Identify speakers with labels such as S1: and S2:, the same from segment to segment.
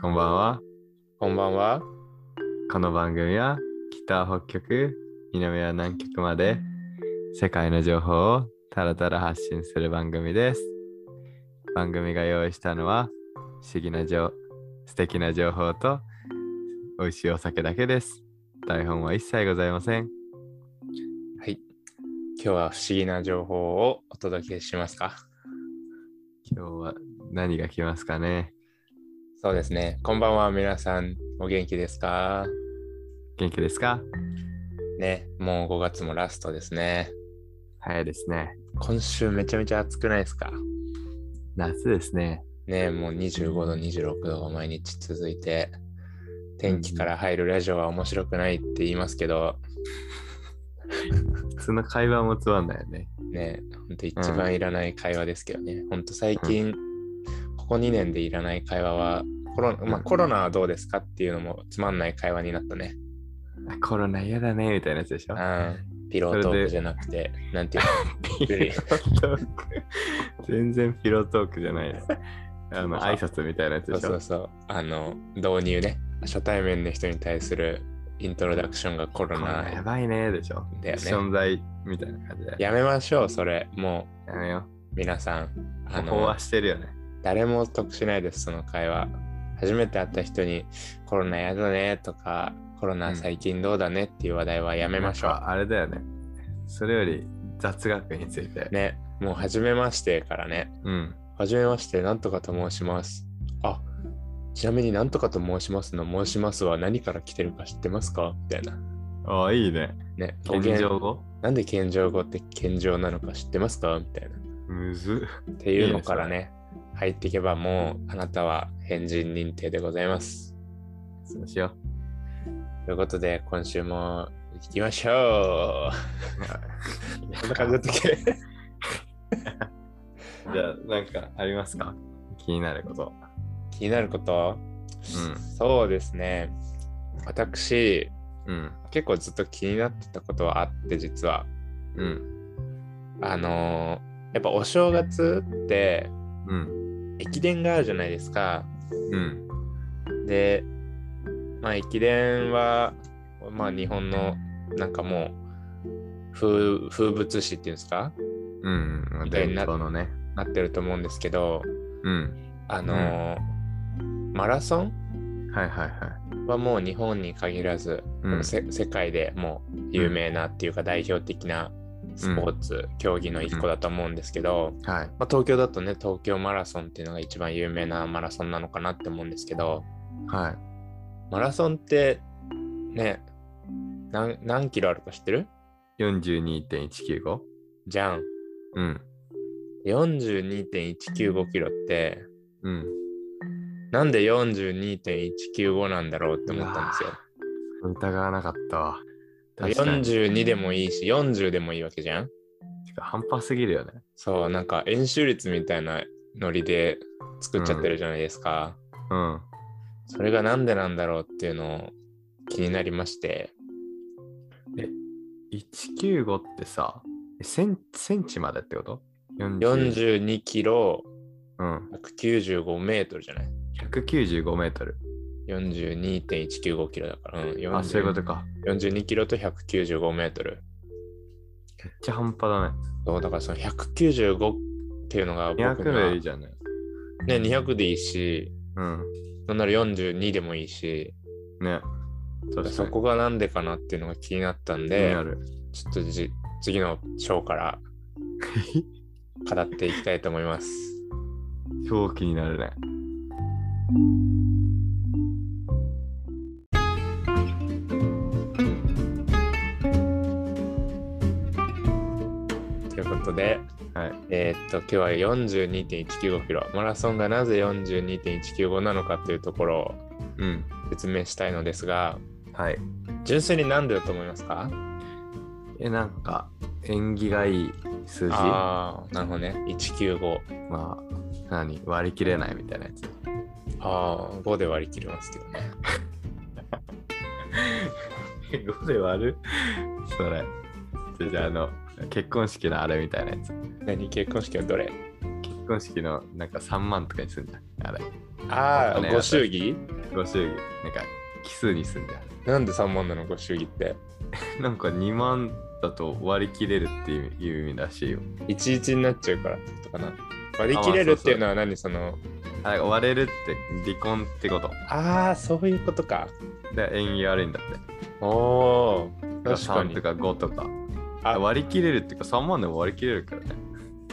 S1: こんばんは。
S2: こんばんは。
S1: この番組は北北極、南は南極まで世界の情報をたらたら発信する番組です。番組が用意したのは不思議な情素敵な情報と美味しいお酒だけです。台本は一切ございません。
S2: はい。今日は不思議な情報をお届けしますか。
S1: 今日は何が来ますかね
S2: そうですね。こんばんは、皆さん。お元気ですか
S1: 元気ですか
S2: ね、もう5月もラストですね。
S1: 早いですね。
S2: 今週めちゃめちゃ暑くないですか
S1: 夏ですね。
S2: ね、もう25度、26度が毎日続いて、天気から入るラジオは面白くないって言いますけど、
S1: 普通の会話もつまんないよね。
S2: ね、ほんと一番いらない会話ですけどね。ほんと最近、ここ2年でいらない会話は、コロまあ、コロナはどうですかっていうのもつまんない会話になったね。
S1: あコロナ嫌だねみたいなやつでしょ。
S2: うん、ピロートークじゃなくて、なんていう
S1: ピロートーク全然ピロートークじゃないです。あの挨拶みたいなや つで
S2: の
S1: し
S2: そうそ
S1: ょ
S2: う。そう、あの、導入ね。初対面の人に対するイントロダクションがコロ
S1: こんな
S2: ナ
S1: んやばいねでしょ。
S2: だよね
S1: 存在みたいな感じで。
S2: やめましょう、それ。も
S1: やめよ
S2: う、皆さん。
S1: う。
S2: あ
S1: 飽
S2: の
S1: 和、してるよね。
S2: 誰も得しないです、その会話。初めて会った人に、コロナやだねとか、コロナ最近どうだねっていう話題はやめましょ
S1: なん
S2: う。
S1: かあれだよね。それより雑学について。
S2: ね、もう、初めましてからね。
S1: うん。
S2: はじめまして、なんとかと申します。あ、ちなみになんとかと申しますの申しますは何から来てるか知ってますかみたいな。
S1: ああ、いいね。
S2: ね、語
S1: 現状
S2: 源
S1: 語
S2: なんで謙譲語って謙譲なのか知ってますかみたいな。
S1: むず
S2: っていうのからね、入っていけばもうあなたは変人認定でございます。
S1: っ。そう しよ
S2: ということで、今週も行きましょ
S1: う。
S2: う。こんな感じだったっけ
S1: じゃあ、なんかありますか気になること。
S2: 気になること、そうですね。私、
S1: うん。
S2: 結構ずっと気になってたことはあって、実は。
S1: うん。
S2: あのーやっぱお正月って
S1: うん。
S2: 駅伝があるじゃないですか。
S1: うん。
S2: で、まあ駅伝は、まあ日本のなんかもう風風物詩っていうんですか
S1: うん。うん。伝統のね。
S2: なってると思うんですけど、
S1: うん。
S2: あのーマラソン
S1: はいはいはい。
S2: はもう日本に限らず、
S1: うん。
S2: せ世界でもう有名なっていうか代表的なスポーツ、競技の一個だと思うんですけど、
S1: はい。
S2: まあ、東京だとね東京マラソンっていうのが一番有名なマラソンなのかなって思うんですけど
S1: はい。
S2: マラソンってね何何キロあるか知ってる
S1: 42.195?
S2: じゃん
S1: うん。
S2: 42.195キロって
S1: うん。
S2: なんで42.195なんだろうって思ったんですよ。
S1: 疑わなかったわ。確かに。
S2: 42でもいいし40でもいいわけじゃん
S1: てか半端すぎるよね。
S2: そうなんか円周率みたいなノリで作っちゃってるじゃないですか、
S1: うん。
S2: それがなんでなんだろうっていうのを気になりまして
S1: 195ってさ、えセンセンチまでってこと40
S2: 42キロ
S1: うん。
S2: 195メートルじゃない
S1: 195メートル。
S2: ?42.195 キロだから。うん、
S1: あ、そういうことか。
S2: 42キロと195メートル。
S1: めっちゃ半端だね。
S2: そう、だからその195っていうのが僕には
S1: 200でいいじゃない。
S2: ね、200でいいし、
S1: うん。
S2: なんなら42でもいいし、
S1: ね。確かに
S2: そこがなんでかなっていうのが気になったん
S1: 気に
S2: で
S1: な、る。
S2: ちょっとじ次の章から語っていきたいと思います。
S1: 超気になるね。
S2: ということで、
S1: はい。
S2: えーっと、今日は42.195キロ。マラソンがなぜ42.195なのかというところを
S1: うん。
S2: 説明したいのですが
S1: はい。
S2: 純粋になんでだと思いますか
S1: え、なんか、縁起がいい数字
S2: ああなるほどね195
S1: まあ、何割り切れないみたいなや つ。
S2: ああ5で割り切れますけどね
S1: 5で割るそれ。じゃあ、あの、結婚式のあれみたいなやつ。
S2: 何結婚式はどれ
S1: 結結婚式のなんか3万とかにすんじゃん。あれ、
S2: あ
S1: お
S2: あ、
S1: 金
S2: ご祝儀
S1: ご祝儀、なんか奇数にすんじゃ
S2: なんで3万なのご祝儀って。
S1: ん。 なんか2万だと割り切れるっていういう意味らしいよ。
S2: 11になっちゃうからってことかな。割り切れるっていうのは何その、
S1: あれ割れるって離婚ってこと。
S2: ああ、そういうことか。
S1: で、縁起悪いんだって。
S2: おお、確か
S1: 3
S2: に
S1: と。か5とか。
S2: あ
S1: 割り切れるっていうか3万でも割り切れるからね。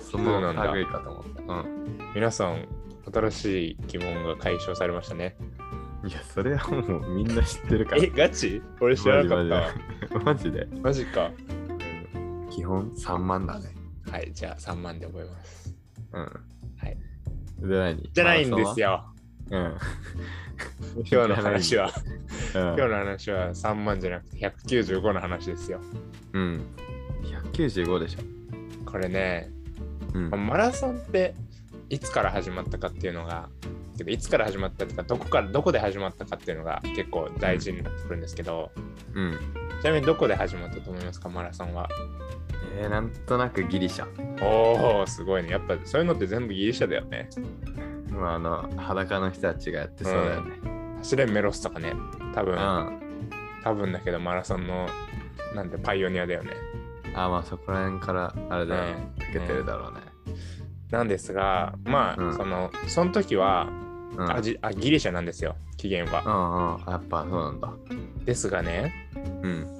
S1: そ
S2: そうな
S1: の
S2: んだ
S1: 類いかと思った。うん。
S2: 皆さん、新しい疑問が解消されましたね。
S1: いや、それはもうみんな知ってるから。
S2: え、ガチ俺知らなかったわ。
S1: マジ で。
S2: マジか。
S1: 基本3万だね。
S2: はい、じゃあ3万で覚えます。
S1: うん。
S2: はい。
S1: で何
S2: じゃないんです
S1: よ。
S2: よ。
S1: うん。
S2: 今日の話は。
S1: うん。
S2: 今日の話は3万じゃなくて195の話ですよ。
S1: うん。195でしょ。
S2: これね、
S1: うん
S2: まあ。マラソンっていつから始まったかっていうのがけどいつから始まったとかどこからどこで始まったかっていうのが結構大事になってくるんですけど、
S1: うん。
S2: ちなみにどこで始まったと思いますかマラソンは
S1: えー、なんとなくギリシャ。
S2: おおすごいねやっぱそういうのって全部ギリシャだよね
S1: まあ、あの、裸の人たちがやってそうだよね。
S2: 走れメロスとかね多
S1: う
S2: 分
S1: ん。あ、
S2: 多分だけどマラソンのなんてパイオニアだよね
S1: まあそこら辺からあれだよね。
S2: うん
S1: 受けてるだろうね。
S2: なんですがまあ、
S1: うん
S2: そのその時は、
S1: うん。うん
S2: あじあギリシャなんですよ起源は、
S1: うん。やっぱそうなんだ。
S2: ですがね
S1: うん。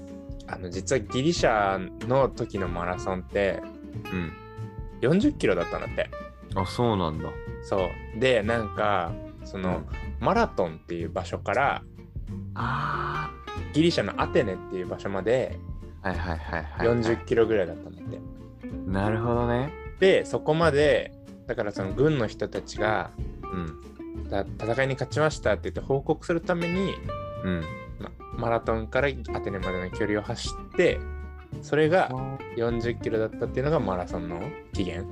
S2: あの実はギリシャの時のマラソンって
S1: うん。
S2: 40キロだったんだって
S1: あ、そうなんだ。
S2: そうでなんかその、
S1: うん
S2: マラトンっていう場所から
S1: あ
S2: ギリシャのアテネっていう場所まで
S1: あ。はいはいはいはい、はい。
S2: 40キロぐらいだったんだって、
S1: なるほどね。
S2: でそこまでだからその軍の人たちが
S1: うん。
S2: だ戦いに勝ちましたって言って報告するために
S1: うん。
S2: まマラトンからアテネまでの距離を走ってそれが40キロだったっていうのがマラソンの起源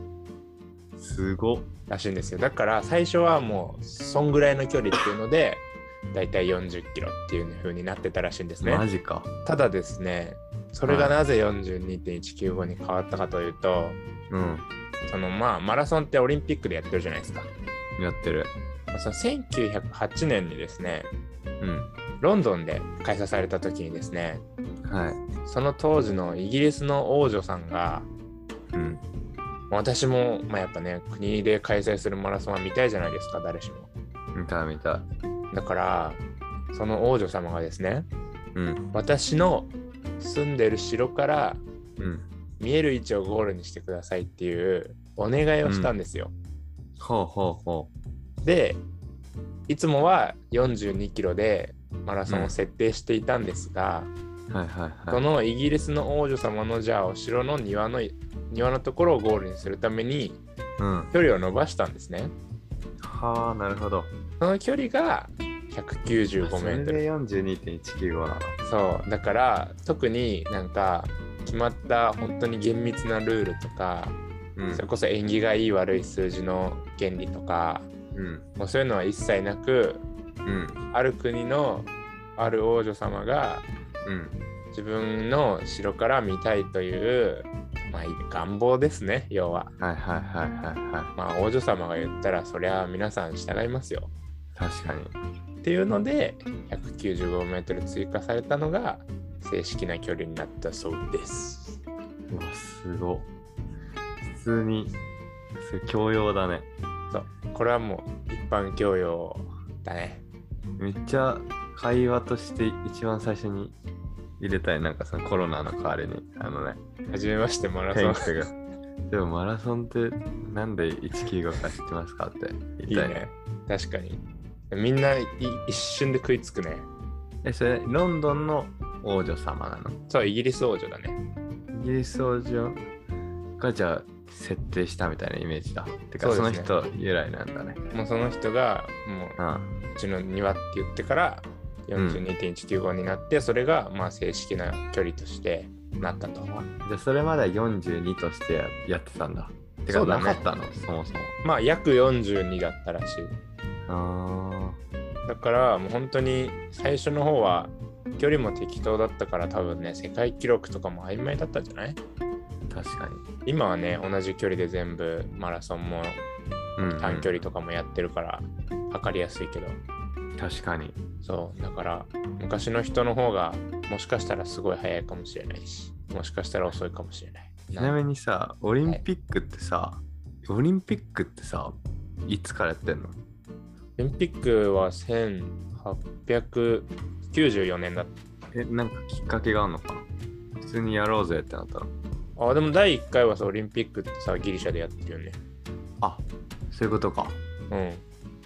S1: すごっ。
S2: らしいんですよだから最初はもうそんぐらいの距離っていうのでだいたい40キロっていう風になってたらしいんですね
S1: マジか。
S2: ただですねそれがなぜ42.195に変わったかというと、
S1: うん。
S2: そのまあマラソンってオリンピックでやってるじゃないですか
S1: やってる。
S2: まあその1908年にですね
S1: うん。
S2: ロンドンで開催された時にですね
S1: はい。
S2: その当時のイギリスの王女さんが
S1: うん。
S2: 私も、まあ、やっぱね国で開催するマラソンは見たいじゃないですか誰しも
S1: 見た見た。
S2: だからその王女様がですね
S1: うん。
S2: 私の住んでる城から
S1: うん。
S2: 見える位置をゴールにしてくださいっていうお願いをしたんですよ、
S1: ほうほうほ
S2: でいつもは42キロでマラソンを設定していたんですが、
S1: う。はいはいは
S2: そ
S1: い。
S2: のイギリスの王女様のじゃあお城の庭の庭のところをゴールにするために
S1: うん。
S2: 距離を伸ばしたんですね
S1: はあ、なるほど。
S2: その距離が195
S1: そ
S2: メ
S1: れ
S2: ートル
S1: で42.195なの。
S2: そうだから特になんか決まった本当に厳密なルールとか、
S1: うん
S2: それこそ縁起がいい悪い数字の原理とか
S1: うん。
S2: もうそういうのは一切なく
S1: うん。
S2: ある国のある王女様が
S1: うん。
S2: 自分の城から見たいという、まあ、願望ですね要は、
S1: はいはいはいはいは
S2: まあ、王女様が言ったらそりゃ皆さん従いますよ
S1: い。確かに。
S2: っていうので 195m 追加されたのが正式な距離になったそうです
S1: うわ、すごっ。普通に、それ教養だね。
S2: これはもう一般教養だね
S1: めっちゃ会話として一番最初に入れたい、なんかそのコロナの代わりに、あのね、
S2: 初めましてマラソ
S1: 天
S2: ン
S1: 気が。でもマラソンってなんで195か知ってますかって言
S2: い
S1: い
S2: い
S1: たい。
S2: ね確かにみんない一瞬で食いつくね
S1: え、それロンドンの王女様なの
S2: そうイギリス王女だね
S1: イギリス王女がじゃあ設定したみたいなイメージだ。てかそ,、
S2: そうですね
S1: の人由来なんだね。
S2: もうその人がもう
S1: うん。
S2: うちの庭って言ってから42.195になって、それがまあ正式な距離としてなったと
S1: じゃあそれまでは42としてややってたんだ。て
S2: そ
S1: か
S2: うだ
S1: な
S2: ね
S1: かったの、そもそも。
S2: まあ約42だったらしい
S1: あ
S2: だからもう本当に最初の方は距離も適当だったから多分ね世界記録とかも曖昧だったんじゃない
S1: あ、確かに。
S2: 今はね同じ距離で全部マラソンも
S1: うんうん
S2: 短距離とかもやってるから測りやすいけど
S1: 確かに。
S2: そうだから昔の人の方がもしかしたらすごい早いかもしれないしもしかしたら遅いかもしれない
S1: ちなみにさ、オリンピックってさ、オリンピックってさ、いつからやってんの
S2: オリンピックは1894年だっ
S1: え、なんかきっかけがあるのかな普通にやろうぜってなったの。
S2: たあでも第1回はさオリンピックってさギリシャでやってるよね
S1: あ、そういうことか。
S2: うん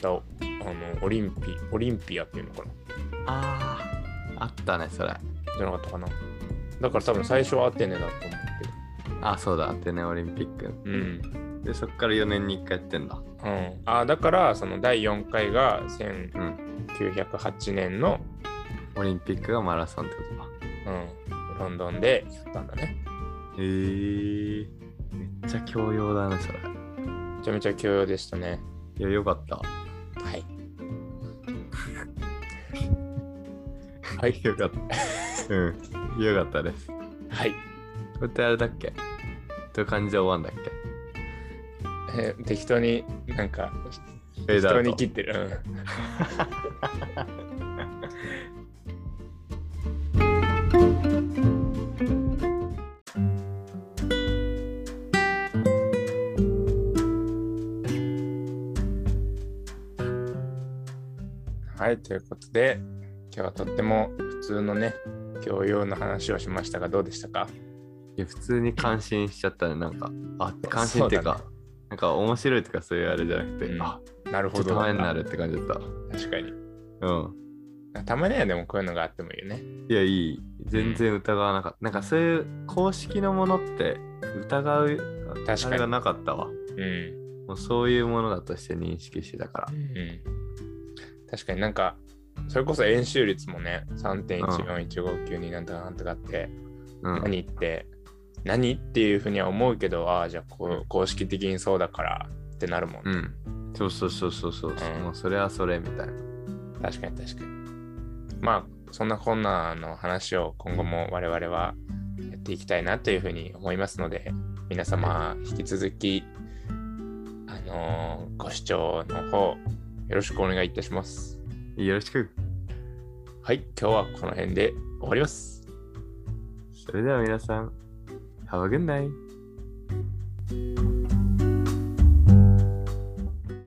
S2: だあのオリンピオリンピアっていうのかな
S1: ああ、あったね、それ。
S2: じゃなかったかなだから多分最初はアテネだと思うけど
S1: あ、そうだ、アテネオリンピック。
S2: うん
S1: で、そっから4年に1回やってんだ。
S2: うん、あだからその第4回が
S1: うん。
S2: 1908年の、
S1: オリンピックがマラソンってことか。
S2: うん、ロンドンでやったんだね。
S1: へえー、めっちゃ教養だね、それ。
S2: めちゃめちゃ強要でしたね。
S1: いや、よかった。
S2: はい。はい。
S1: よか った。うん。よかったです。こ
S2: はい。
S1: れってあれだっけどういう感じで終わんだっ
S2: えー適当になんか
S1: け
S2: 適当に
S1: き
S2: 切ってる。うんはい、ということで、今日はとっても普通のね、教養の話をしましたが、どうでしたか
S1: いや、普通に感心しちゃったね。なんか、あ、感心っていうか、
S2: そうだ
S1: なんか面白いとかそういうあれじゃなくて、
S2: うん
S1: あ、
S2: ねなる
S1: ちょ
S2: ほ
S1: っと
S2: ど。
S1: ためになるって感じだっ
S2: 確かに。
S1: た。うん。
S2: たまにはでもこういうのがあってもいいよね。
S1: いや、いい。全然疑わなかった。なんかそういう公式のものって疑う、
S2: かに
S1: あれがなかったわ。
S2: うん。
S1: もうそういうものだとして認識してたから。
S2: うん、確かになんかそれこそ円周率もね3.141592なんとかなんとかって、
S1: うん。
S2: 何って何っていうふうには思うけどああじゃあこう公式的にそうだからってなるもん、
S1: う
S2: ね
S1: ん。そうそうそうそうそう。
S2: うん
S1: もうそれはそれみたいな。
S2: 確かに確かにまあそんなこんなの話を今後も我々はやっていきたいなというふうに思いますので皆様引き続きあのーご視聴の方よろしくお願いいたします。
S1: よろしく。
S2: はい、今日はこの辺で終わります。
S1: それでは皆さん、Have a good night!